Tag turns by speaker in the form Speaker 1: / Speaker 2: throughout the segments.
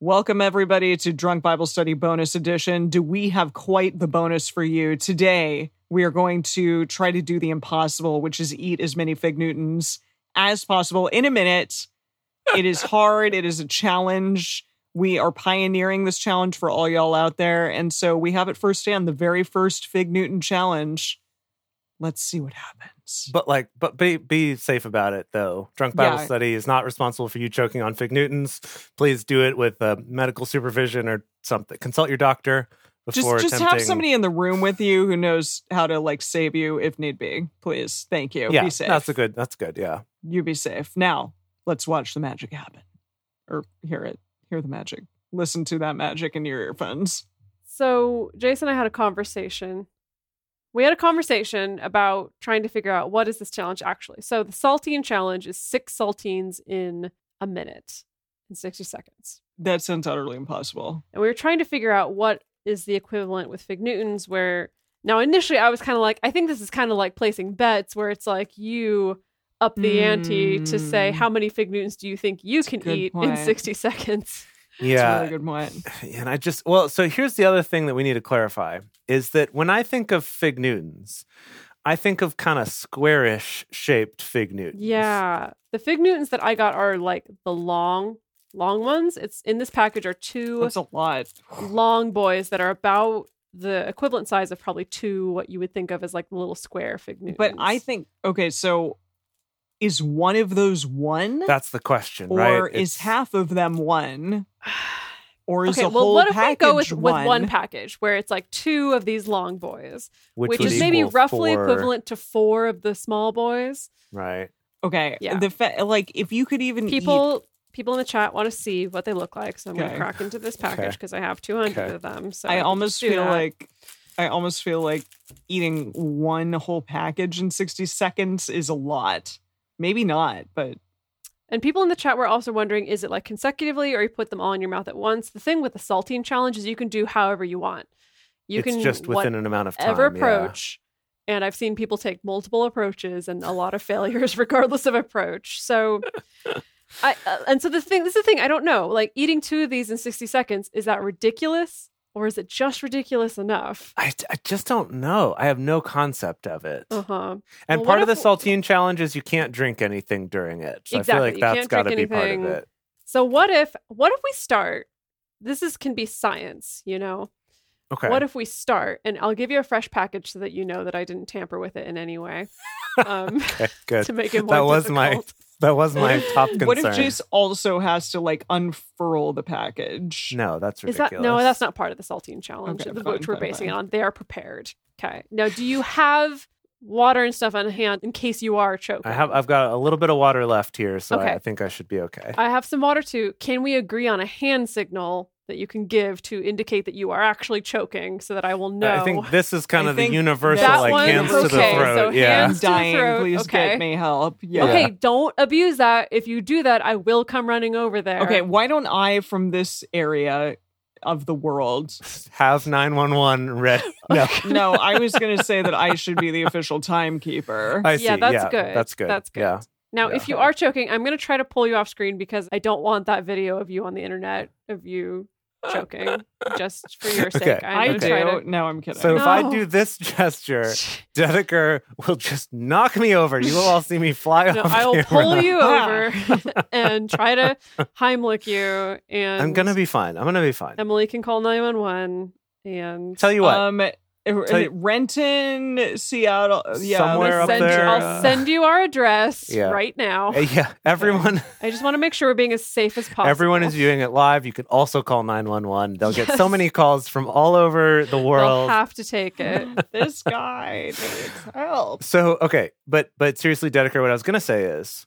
Speaker 1: Welcome, everybody, to Drunk Bible Study Bonus Edition. Do we have quite the bonus for you? Today, we are going to try to do the impossible, which is eat as many Fig Newtons as possible in a minute. It is hard, it is a challenge. We are pioneering this challenge for all y'all out there. And so we have it firsthand the very first Fig Newton challenge. Let's see what happens.
Speaker 2: But like, but be be safe about it though. Drunk Bible
Speaker 1: Yeah.
Speaker 2: study is not responsible for you choking on fig Newtons. Please do it with uh, medical supervision or something. Consult your doctor
Speaker 1: Just,
Speaker 2: before
Speaker 1: just
Speaker 2: attempting.
Speaker 1: have somebody in the room with you who knows how to like save you if need be. Please, thank you.
Speaker 2: yeah,
Speaker 1: be safe.
Speaker 2: that's a good. That's good. Yeah.
Speaker 1: you be safe. Now, let's watch the magic happen. Or hear it. Hear the magic. Listen to that magic in your earphones.
Speaker 3: So Jason and I had a conversation. We had a conversation about trying to figure out what is this challenge actually. So the saltine challenge is six saltines in a minute in 60 seconds.
Speaker 1: That sounds utterly impossible.
Speaker 3: And we were trying to figure out what is the equivalent with Fig Newtons where now initially I was kind of like, I think this is kind of like placing bets where it's like you up the ante to say
Speaker 1: Mm.
Speaker 3: how many Fig Newtons do you think you can
Speaker 1: good
Speaker 3: eat in
Speaker 1: point.
Speaker 3: 60 seconds?
Speaker 1: That's a
Speaker 2: Yeah.
Speaker 1: really good point.
Speaker 2: And I just well, so here's the other thing that we need to clarify is that when I think of fig Newtons, I think of kind of squarish shaped fig Newtons.
Speaker 3: Yeah. The fig Newtons that I got are like the long, long ones. It's in this package are two
Speaker 1: That's a lot.
Speaker 3: long boys that are about the equivalent size of probably two what you would think of as like little square fig Newtons.
Speaker 1: But I think, okay, so is one of those one?
Speaker 2: That's the question,
Speaker 1: or
Speaker 2: right?
Speaker 1: is
Speaker 2: It's-
Speaker 1: half of them one? Or is
Speaker 3: Okay,
Speaker 1: the
Speaker 3: well
Speaker 1: whole
Speaker 3: what if we
Speaker 1: package
Speaker 3: go with,
Speaker 1: one?
Speaker 3: with one package where it's like two of these long boys, which,
Speaker 2: would
Speaker 3: is maybe
Speaker 2: equal
Speaker 3: roughly
Speaker 2: four,
Speaker 3: equivalent to four of the small boys.
Speaker 2: right?
Speaker 1: okay,
Speaker 3: Yeah.
Speaker 1: the fa- like if you could even eat-
Speaker 3: People people in the chat want to see what they look like, so I'm
Speaker 1: Okay.
Speaker 3: gonna crack into this package
Speaker 2: Okay.
Speaker 3: because I have two hundred
Speaker 2: Okay.
Speaker 3: of them. So
Speaker 1: I
Speaker 3: can
Speaker 1: almost
Speaker 3: just do
Speaker 1: feel
Speaker 3: that.
Speaker 1: like I almost feel like eating one whole package in 60 seconds is a lot. Maybe not, but
Speaker 3: And people in the chat were also wondering is it like consecutively or you put them all in your mouth at once? The thing with the saltine challenge is you can do however you want. You
Speaker 2: it's
Speaker 3: can
Speaker 2: just within an amount of time.
Speaker 3: whatever
Speaker 2: yeah.
Speaker 3: approach. And I've seen people take multiple approaches and a lot of failures regardless of approach. So I uh, and so the thing this is the thing I don't know. Like eating two of these in 60 seconds is that ridiculous or is it just ridiculous enough?
Speaker 2: I, I just don't know. I have no concept of it.
Speaker 3: Uh-huh.
Speaker 2: and
Speaker 3: well,
Speaker 2: part of
Speaker 3: what
Speaker 2: the
Speaker 3: if-
Speaker 2: saltine challenge is you can't drink anything during it. So
Speaker 3: Exactly,
Speaker 2: I
Speaker 3: you
Speaker 2: feel like that's
Speaker 3: can't
Speaker 2: got to be
Speaker 3: drink
Speaker 2: part of
Speaker 3: anything.
Speaker 2: it.
Speaker 3: So what if what if we start this is can be science, you know.
Speaker 2: Okay.
Speaker 3: What if we start? And I'll give you a fresh package so that you know that I didn't tamper with it in any way. Um,
Speaker 2: okay, good.
Speaker 3: to make it more
Speaker 2: That was my
Speaker 3: difficult.
Speaker 2: That was my top concern.
Speaker 1: what if Jace also has to like unfurl the package?
Speaker 2: No, that's
Speaker 3: Is
Speaker 2: ridiculous.
Speaker 3: that no? That's not part of the saltine challenge,
Speaker 1: Okay,
Speaker 3: the-
Speaker 1: fine,
Speaker 3: which we're
Speaker 1: fine,
Speaker 3: basing
Speaker 1: fine.
Speaker 3: it on. They are prepared. Okay. Now, do you have water and stuff on hand in case you are choking?
Speaker 2: I have. I've got a little bit of water left here, so I,
Speaker 3: Okay.
Speaker 2: I think I should be okay.
Speaker 3: I have some water too. Can we agree on a hand signal that you can give to indicate that you are actually choking, so that I will know?
Speaker 2: I think this is kind
Speaker 1: I
Speaker 2: of the
Speaker 1: think
Speaker 2: universal,
Speaker 1: that
Speaker 2: like
Speaker 1: one-
Speaker 2: hands to the
Speaker 1: okay,
Speaker 2: throat.
Speaker 3: so
Speaker 2: yeah.
Speaker 1: I'm
Speaker 3: hands- to the
Speaker 1: dying.
Speaker 3: throat,
Speaker 1: Please
Speaker 3: okay.
Speaker 1: get me help. Yeah.
Speaker 3: Okay, don't abuse that. If you do that, I will come running over there.
Speaker 1: Okay, why don't I from this area of the world?
Speaker 2: Have nine one one ready. No,
Speaker 1: No, I was going to say that I should be the official timekeeper.
Speaker 2: I see.
Speaker 3: yeah, that's
Speaker 2: yeah,
Speaker 3: good.
Speaker 2: That's good.
Speaker 3: That's good.
Speaker 2: Yeah.
Speaker 3: Now,
Speaker 2: Yeah.
Speaker 3: if you are choking, I'm going to try to pull you off screen because I don't want that video of you on the internet of you choking just for your sake.
Speaker 2: Okay.
Speaker 1: I
Speaker 3: I'm
Speaker 1: do.
Speaker 3: going to try to.
Speaker 1: No, I'm kidding.
Speaker 2: So if I
Speaker 3: No.
Speaker 2: do this gesture, Dedeker will just knock me over. You will all see me fly
Speaker 3: No,
Speaker 2: off.
Speaker 3: I will
Speaker 2: camera.
Speaker 3: pull you
Speaker 1: Ah.
Speaker 3: over and try to Heimlich you. And
Speaker 2: I'm gonna be fine. I'm gonna be fine.
Speaker 3: Emily can call 911. And
Speaker 2: Tell you what,
Speaker 1: um
Speaker 2: Tell you-
Speaker 1: Renton, Seattle, yeah,
Speaker 3: I'm gonna
Speaker 2: somewhere up
Speaker 3: send you-
Speaker 2: there, uh,
Speaker 3: I'll send you our address
Speaker 2: Yeah.
Speaker 3: right now.
Speaker 2: uh, yeah, everyone,
Speaker 3: I just want to make sure we're being as safe as possible.
Speaker 2: everyone is viewing it live. You can also call nine one one. They'll get so
Speaker 3: Yes.
Speaker 2: many calls from all over the
Speaker 3: They'll
Speaker 2: world.
Speaker 3: have to take it.
Speaker 1: this guy needs help.
Speaker 2: so okay, but but seriously, Dedeker, what I was gonna say is,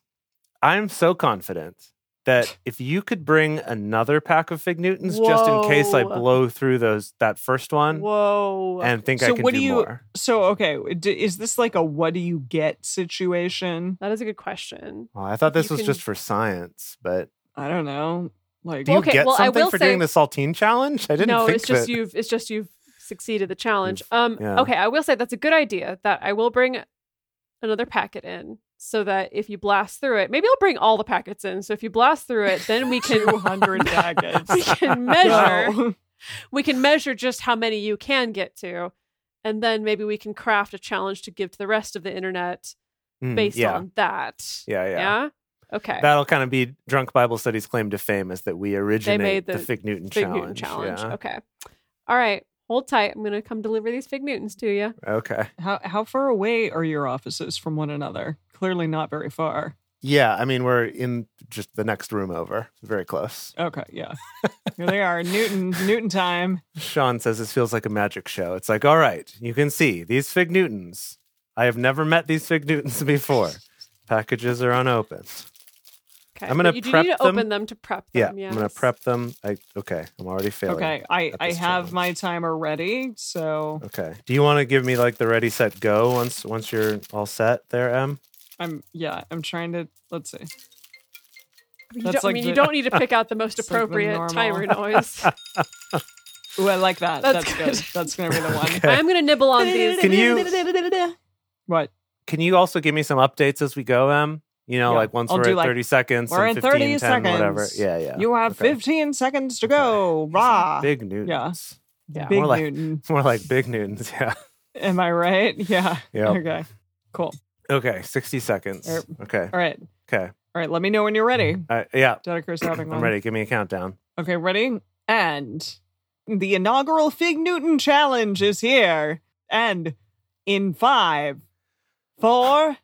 Speaker 2: I'm so confident that if you could bring another pack of fig Newtons, just in case I
Speaker 3: Whoa.
Speaker 2: blow through those that first one,
Speaker 3: Whoa.
Speaker 2: and think I
Speaker 1: So
Speaker 2: can
Speaker 1: what
Speaker 2: do
Speaker 1: do you-
Speaker 2: more.
Speaker 1: So okay, d- is this like a what do you get situation?
Speaker 3: that is a good question.
Speaker 2: Well, I thought this
Speaker 3: You
Speaker 2: was
Speaker 3: can-
Speaker 2: just for science, but
Speaker 1: I don't know. Like
Speaker 2: do you
Speaker 3: Well, okay,
Speaker 2: get
Speaker 3: well, I
Speaker 2: something
Speaker 3: will
Speaker 2: for
Speaker 3: say-
Speaker 2: doing the saltine challenge? I didn't
Speaker 3: no,
Speaker 2: think
Speaker 3: it's just
Speaker 2: that-
Speaker 3: you've it's just you've succeeded the challenge. Um
Speaker 2: yeah.
Speaker 3: okay, I will say that's a good idea that I will bring another packet in so that if you blast through it, maybe I'll bring all the packets in. So if you blast through it, then we can
Speaker 1: 200
Speaker 3: we
Speaker 1: packets.
Speaker 3: can measure
Speaker 1: Wow.
Speaker 3: we can measure just how many you can get to, and then maybe we can craft a challenge to give to the rest of the internet
Speaker 2: Mm,
Speaker 3: based
Speaker 2: yeah.
Speaker 3: on that.
Speaker 2: yeah, yeah,
Speaker 3: Yeah. Okay.
Speaker 2: That'll kind of be Drunk Bible Studies' claim to fame is that we originate
Speaker 3: made
Speaker 2: the,
Speaker 3: the
Speaker 2: Fig Newton
Speaker 3: Fig
Speaker 2: challenge.
Speaker 3: Newton challenge.
Speaker 2: Yeah.
Speaker 3: Okay. All right. Hold tight. I'm gonna come deliver these Fig Newtons to you.
Speaker 2: okay.
Speaker 1: How how far away are your offices from one another? Clearly not very far.
Speaker 2: Yeah, I mean we're in just the next room over, very close.
Speaker 1: Okay, yeah. Here they are. Newton Newton time.
Speaker 2: Sean says this feels like a magic show. It's like, all right, you can see these Fig Newtons. I have never met these Fig Newtons before. Packages are unopened.
Speaker 3: Um, Okay.
Speaker 2: I'm gonna
Speaker 3: But you do
Speaker 2: prep
Speaker 3: need to
Speaker 2: them.
Speaker 3: open them to prep
Speaker 2: Yeah,
Speaker 3: them.
Speaker 2: I'm gonna
Speaker 3: yes.
Speaker 2: prep them. I okay, I'm already failing.
Speaker 1: Okay, I
Speaker 2: at
Speaker 1: I
Speaker 2: this
Speaker 1: have
Speaker 2: challenge.
Speaker 1: my timer ready. So
Speaker 2: Okay. Do you want to give me like the ready, set, go once once you're all set there, Em?
Speaker 1: I'm yeah, I'm trying to let's see.
Speaker 3: You
Speaker 1: That's
Speaker 3: don't, I
Speaker 1: like
Speaker 3: mean,
Speaker 1: the-
Speaker 3: you don't need to pick out the most
Speaker 1: It's like the
Speaker 3: appropriate
Speaker 1: normal.
Speaker 3: timer noise.
Speaker 1: Ooh, I like that. That's,
Speaker 3: That's
Speaker 1: good.
Speaker 3: good.
Speaker 1: That's gonna be the one.
Speaker 2: Okay.
Speaker 3: I'm gonna nibble on these.
Speaker 2: Can you
Speaker 1: What?
Speaker 2: can you also give me some updates as we go, Em? You know,
Speaker 1: Yeah,
Speaker 2: like once
Speaker 1: I'll
Speaker 2: we're
Speaker 1: do,
Speaker 2: at
Speaker 1: like,
Speaker 2: 30 seconds,
Speaker 1: we're
Speaker 2: and
Speaker 1: at 30
Speaker 2: 15, 10, whatever.
Speaker 1: seconds.
Speaker 2: Yeah, yeah.
Speaker 1: You have
Speaker 2: Okay.
Speaker 1: 15 seconds to go. Rah.
Speaker 2: Big Newtons.
Speaker 3: Yeah.
Speaker 1: Big
Speaker 2: more like-
Speaker 1: Newton.
Speaker 2: More like big Newtons, yeah.
Speaker 1: Am I right? Yeah.
Speaker 2: Yeah.
Speaker 1: Okay. Cool.
Speaker 2: Okay, 60 seconds.
Speaker 1: Er-
Speaker 2: Okay,
Speaker 1: All right.
Speaker 2: okay.
Speaker 1: All right. Let me know when you're ready.
Speaker 2: Uh, yeah,
Speaker 1: Dedeker's having one.
Speaker 2: I'm ready. Give me a countdown.
Speaker 1: Okay, ready? And the inaugural Fig Newton challenge is here. And in five, four,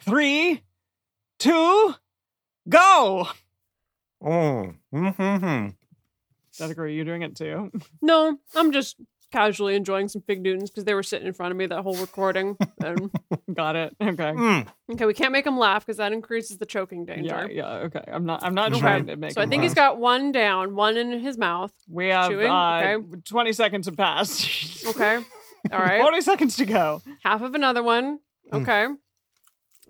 Speaker 1: three, two, go.
Speaker 2: Mm. Mm-hmm.
Speaker 1: Dedeker, are you doing it too?
Speaker 3: No, I'm just casually enjoying some Fig Newtons because they were sitting in front of me that whole recording. and,
Speaker 1: Got it. Okay.
Speaker 2: Mm.
Speaker 3: okay, we can't make him laugh because that increases the choking
Speaker 1: Yeah,
Speaker 3: danger.
Speaker 1: yeah, okay. I'm not I'm not
Speaker 2: Okay.
Speaker 1: trying to make
Speaker 3: So I
Speaker 1: it
Speaker 3: think
Speaker 1: work.
Speaker 3: he's got one down, one in his mouth.
Speaker 1: we have
Speaker 3: chewing,
Speaker 1: uh,
Speaker 3: okay.
Speaker 1: twenty seconds have passed.
Speaker 3: Okay. All right.
Speaker 1: Forty seconds to go.
Speaker 3: Half of another one.
Speaker 2: Mm.
Speaker 3: Okay.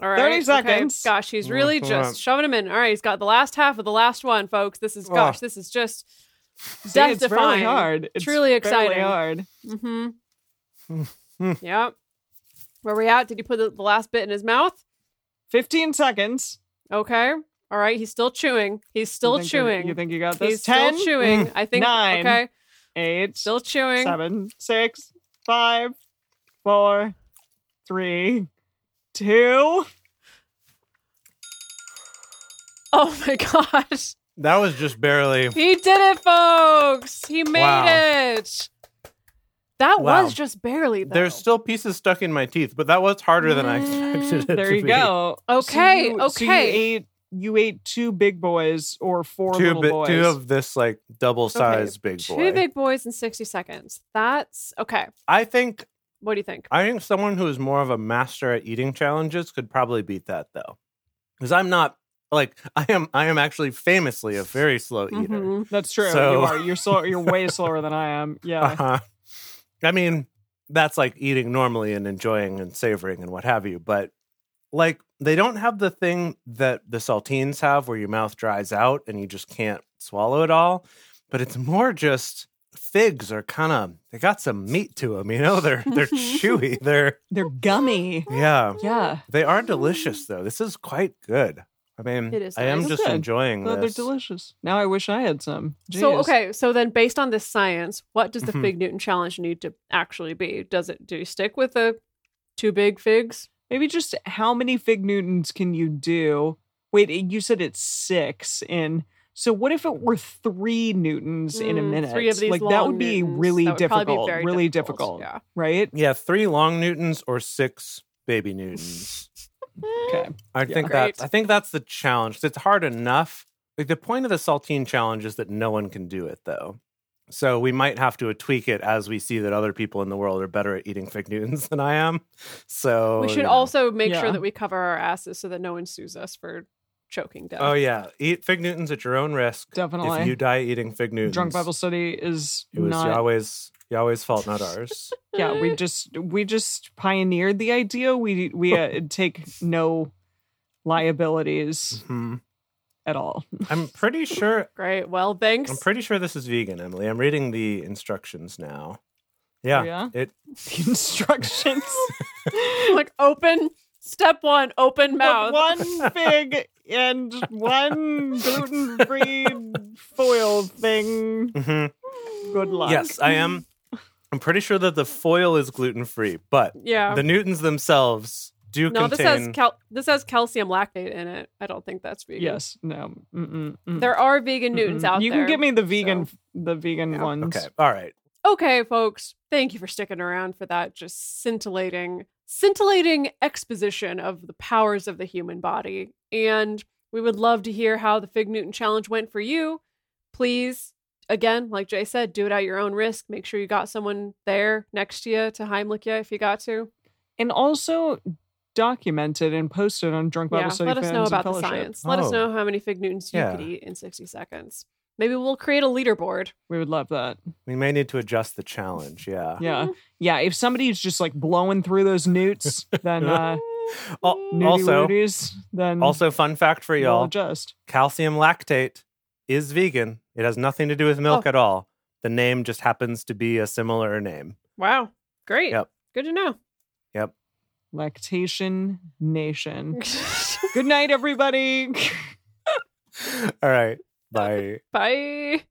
Speaker 3: All right.
Speaker 1: 30
Speaker 3: okay.
Speaker 1: Hmm. seconds.
Speaker 3: Gosh, he's really
Speaker 2: Mm,
Speaker 3: just
Speaker 2: alright.
Speaker 3: shoving him in. All right, he's got the last half of the last one, folks. This is
Speaker 2: Oh.
Speaker 3: gosh, this is just
Speaker 1: See, it's really
Speaker 3: Death-defying.
Speaker 1: hard. It's
Speaker 3: Truly
Speaker 1: fairly
Speaker 3: exciting.
Speaker 1: hard.
Speaker 3: Mm-hmm.
Speaker 2: Hmm.
Speaker 3: yep. Where we at? Did you put the, the last bit in his mouth?
Speaker 1: Fifteen seconds.
Speaker 3: Okay. All right. He's still chewing. He's still
Speaker 1: you think you're-
Speaker 3: chewing.
Speaker 1: You think you got this?
Speaker 3: He's
Speaker 1: 10,
Speaker 3: still chewing. I think.
Speaker 1: nine,
Speaker 3: okay.
Speaker 1: eight,
Speaker 3: Still chewing.
Speaker 1: seven, six, five, four, three, two.
Speaker 3: Oh my gosh.
Speaker 2: That was just barely.
Speaker 3: He did it, folks. He made
Speaker 2: Wow.
Speaker 3: it. That
Speaker 2: Wow.
Speaker 3: was just barely though.
Speaker 2: There's still pieces stuck in my teeth, but that was harder than I
Speaker 3: Mm,
Speaker 2: expected. it
Speaker 1: There
Speaker 2: to
Speaker 1: you
Speaker 2: be.
Speaker 1: go. So
Speaker 3: Okay,
Speaker 1: you- so you
Speaker 3: okay.
Speaker 1: ate- you ate two big boys or four
Speaker 2: Two,
Speaker 1: little
Speaker 2: bi-
Speaker 1: boys.
Speaker 2: two of this like double size big
Speaker 3: Two
Speaker 2: boy.
Speaker 3: big boys in 60 seconds. That's okay.
Speaker 2: I think
Speaker 3: What do you think?
Speaker 2: I think someone who is more of a master at eating challenges could probably beat that though. Because I'm not like I am I am actually famously a very slow eater.
Speaker 3: Mhm.
Speaker 1: That's true.
Speaker 2: So-
Speaker 1: You are. You're slow. You're way slower than I am. Yeah.
Speaker 2: Uh-huh. I mean, that's like eating normally and enjoying and savoring and what have you, but like they don't have the thing that the saltines have where your mouth dries out and you just can't swallow it all, but it's more just figs are kind of they got some meat to them, you know? They're they're chewy. They're
Speaker 1: They're gummy.
Speaker 2: yeah.
Speaker 1: Yeah.
Speaker 2: They are delicious, though. This is quite good. I mean,
Speaker 3: It is
Speaker 2: I am
Speaker 3: nice.
Speaker 2: just
Speaker 1: Good.
Speaker 2: enjoying
Speaker 1: No, they're
Speaker 2: this.
Speaker 1: delicious. Now I wish I had some.
Speaker 3: So
Speaker 1: Jeez.
Speaker 3: okay, so then based on this science, what does the
Speaker 2: Mhm.
Speaker 3: fig Newton challenge need to actually be? Does it do you stick with the two big figs?
Speaker 1: Maybe just how many fig newtons can you do? Wait, eh, you said it's six in. So what if it were three newtons in a
Speaker 3: Mm,
Speaker 1: minute?
Speaker 3: Three of these
Speaker 1: like that
Speaker 3: long
Speaker 1: would be
Speaker 3: Newtons.
Speaker 1: really
Speaker 3: That would probably be
Speaker 1: difficult.
Speaker 3: very
Speaker 1: really difficult,
Speaker 3: Yeah.
Speaker 1: right?
Speaker 2: yeah, three long newtons or six baby newtons.
Speaker 3: Eh,
Speaker 1: Okay.
Speaker 2: I
Speaker 1: Yeah.
Speaker 2: think
Speaker 3: Great.
Speaker 2: that I think that's the challenge. It's hard enough. Like the point of the saltine challenge is that no one can do it, though. So we might have to tweak it as we see that other people in the world are better at eating fig newtons than I am. So
Speaker 3: we
Speaker 2: you
Speaker 3: should
Speaker 2: know.
Speaker 3: also make
Speaker 1: Yeah.
Speaker 3: sure that we cover our asses so that no one sues us for choking death.
Speaker 2: Oh yeah, eat fig newtons at your own risk.
Speaker 1: Definitely.
Speaker 2: If you die eating fig newtons,
Speaker 1: Drunk Bible study is
Speaker 2: It was
Speaker 1: not
Speaker 2: Yahweh's Yahweh's fault, not ours.
Speaker 1: yeah we just we just pioneered the idea we we uh, take no liabilities
Speaker 2: Hmm.
Speaker 1: at all
Speaker 2: I'm pretty sure.
Speaker 3: Great. Well, thanks.
Speaker 2: I'm pretty sure this is vegan, Emily. I'm reading the instructions now. Yeah,
Speaker 1: Oh, Yeah?
Speaker 2: it
Speaker 1: the instructions
Speaker 3: like open Step one, open mouth.
Speaker 1: One fig and one gluten free foil thing.
Speaker 2: Mhm.
Speaker 1: Good luck.
Speaker 2: Yes, I am. I'm pretty sure that the foil is gluten free, but
Speaker 3: Yeah.
Speaker 2: the Newtons themselves do
Speaker 3: Um, no, this has
Speaker 2: contain.
Speaker 3: cal- this has calcium lactate in it. I don't think that's vegan.
Speaker 1: Yes. No. Mm-mm, mm.
Speaker 3: There are vegan Newtons
Speaker 1: Mm-mm.
Speaker 3: out
Speaker 1: You
Speaker 3: there.
Speaker 1: can give me the vegan, the vegan
Speaker 3: Yeah.
Speaker 1: ones.
Speaker 2: okay, all right.
Speaker 3: Okay, folks, thank you for sticking around for that just scintillating, scintillating exposition of the powers of the human body. And we would love to hear how the Fig Newton challenge went for you. Please, again, like Jay said, do it at your own risk. Make sure you got someone there next to you to Heimlich you if you got to.
Speaker 1: and also documented and posted on Drunk Bible
Speaker 3: yeah,
Speaker 1: Study
Speaker 3: let us
Speaker 1: Fans
Speaker 3: know
Speaker 1: and
Speaker 3: about the
Speaker 1: Fellowship.
Speaker 3: science. Let us
Speaker 2: Oh.
Speaker 3: know how many Fig Newtons you could
Speaker 2: Yeah.
Speaker 3: eat in 60 seconds. Maybe we'll create a leaderboard.
Speaker 1: We would love that.
Speaker 2: We may need to adjust the challenge. Yeah.
Speaker 3: Hmm.
Speaker 1: Yeah, yeah. If somebody's just like blowing through those newts, then uh,
Speaker 2: Al-
Speaker 1: nudie
Speaker 2: also,
Speaker 1: rooties, then
Speaker 2: also, fun fact for
Speaker 1: we'll
Speaker 2: y'all:
Speaker 1: adjust.
Speaker 2: calcium lactate is vegan. It has nothing to do with milk
Speaker 3: Oh.
Speaker 2: at all. The name just happens to be a similar name.
Speaker 3: Wow. Great.
Speaker 2: Yep.
Speaker 3: Good to know.
Speaker 1: Lactation Nation. Good night, everybody.
Speaker 2: All right. Bye.
Speaker 3: Bye.